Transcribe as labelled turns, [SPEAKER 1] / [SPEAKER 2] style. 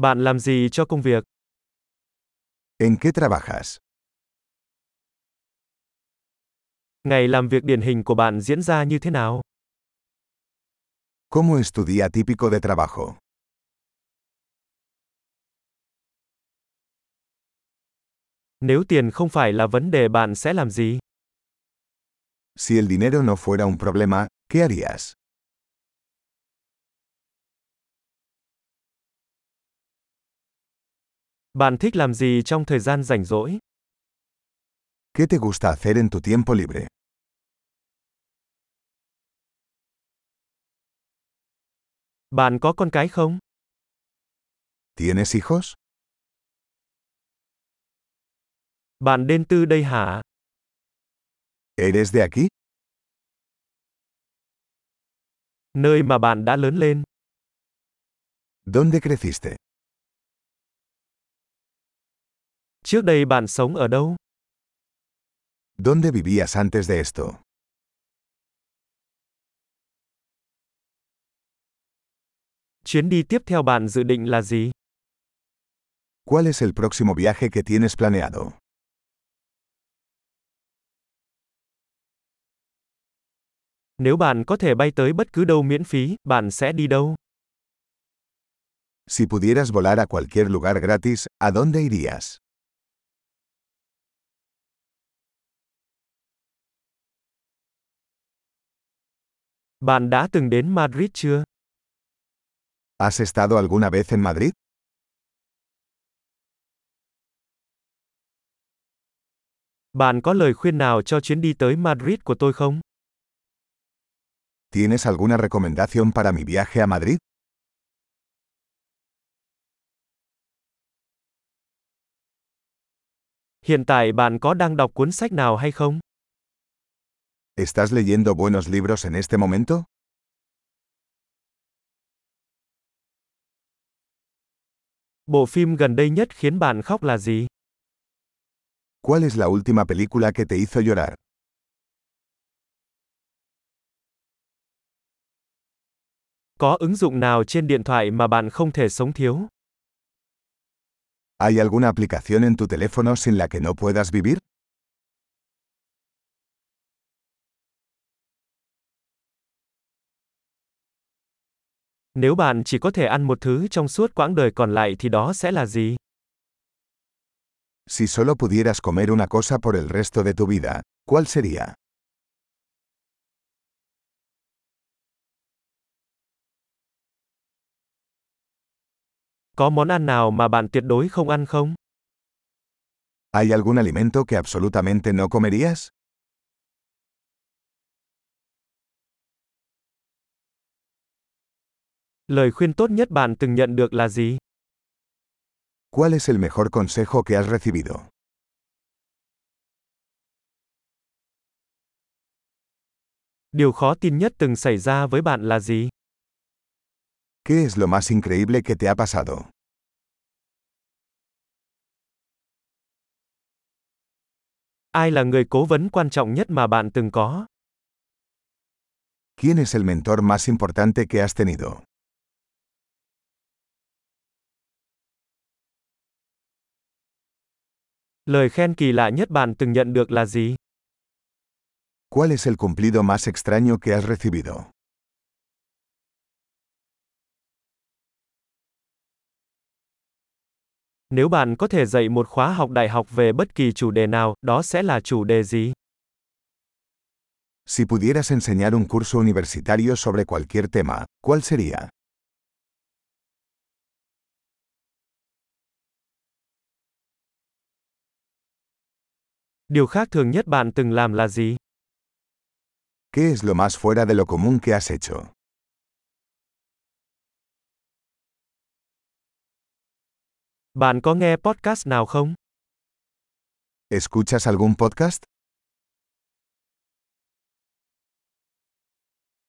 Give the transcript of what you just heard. [SPEAKER 1] Bạn làm gì cho công việc?
[SPEAKER 2] ¿En qué trabajas?
[SPEAKER 1] Ngày làm việc điển hình của bạn diễn ra như thế nào?
[SPEAKER 2] ¿Cómo es tu día típico de trabajo?
[SPEAKER 1] Nếu tiền không phải là vấn đề bạn sẽ làm gì?
[SPEAKER 2] Si el dinero no fuera un problema, ¿qué harías?
[SPEAKER 1] Bạn thích làm gì trong thời gian rảnh rỗi?
[SPEAKER 2] ¿Qué te gusta hacer en tu tiempo libre?
[SPEAKER 1] Bạn có con cái không?
[SPEAKER 2] ¿Tienes hijos?
[SPEAKER 1] Bạn đến từ đây hả?
[SPEAKER 2] ¿Eres de aquí?
[SPEAKER 1] Nơi mà bạn đã lớn lên,
[SPEAKER 2] ¿Dónde creciste?
[SPEAKER 1] trước đây bạn sống ở đâu?
[SPEAKER 2] ¿Dónde vivías antes de esto?
[SPEAKER 1] Chuyến đi tiếp theo bạn dự định là gì?
[SPEAKER 2] ¿Cuál es el próximo viaje que tienes planeado?
[SPEAKER 1] Nếu bạn có thể bay tới bất cứ đâu miễn phí, bạn sẽ đi đâu?
[SPEAKER 2] Si pudieras volar a cualquier lugar gratis, ¿a dónde irías?
[SPEAKER 1] Bạn đã từng đến Madrid chưa?
[SPEAKER 2] ¿Has estado alguna vez en Madrid?
[SPEAKER 1] Bạn có lời khuyên nào cho chuyến đi tới Madrid của tôi không?
[SPEAKER 2] ¿Tienes alguna recomendación para mi viaje a Madrid?
[SPEAKER 1] Hiện tại bạn có đang đọc cuốn sách nào hay không?
[SPEAKER 2] ¿Estás leyendo buenos libros en este momento?
[SPEAKER 1] Bộ phim gần đây nhất khiến bạn khóc là gì?
[SPEAKER 2] ¿Cuál es la última película que te hizo llorar?
[SPEAKER 1] Có ứng dụng nào trên điện thoại mà bạn không thể sống thiếu?
[SPEAKER 2] ¿Hay alguna aplicación en tu teléfono sin la que no puedas vivir?
[SPEAKER 1] Nếu bạn chỉ có thể ăn một thứ trong suốt quãng đời còn lại thì đó sẽ là gì?
[SPEAKER 2] Si solo pudieras comer una cosa por el resto de tu vida, ¿cuál sería?
[SPEAKER 1] Có món ăn nào mà bạn tuyệt đối không ăn không?
[SPEAKER 2] ¿Hay algún alimento que absolutamente no comerías?
[SPEAKER 1] Lời khuyên tốt nhất bạn từng nhận được là gì?
[SPEAKER 2] ¿Cuál es el mejor consejo que has recibido?
[SPEAKER 1] Điều khó tin nhất từng xảy ra với bạn là gì?
[SPEAKER 2] ¿Qué es lo más increíble que te ha pasado?
[SPEAKER 1] Ai là người cố vấn quan trọng nhất mà bạn từng có?
[SPEAKER 2] ¿Quién es el mentor más importante que has tenido?
[SPEAKER 1] Lời khen kỳ lạ nhất bạn từng nhận được là gì?
[SPEAKER 2] ¿Cuál es el cumplido más extraño que has recibido?
[SPEAKER 1] Nếu bạn có thể dạy một khóa học đại học về bất kỳ chủ đề nào, đó sẽ là chủ đề gì?
[SPEAKER 2] Si pudieras enseñar un curso universitario sobre cualquier tema, ¿cuál sería?
[SPEAKER 1] Điều khác thường nhất bạn từng làm là gì?
[SPEAKER 2] ¿Qué es lo más fuera de lo común que has hecho?
[SPEAKER 1] Bạn có nghe podcast nào không?
[SPEAKER 2] ¿Escuchas algún podcast?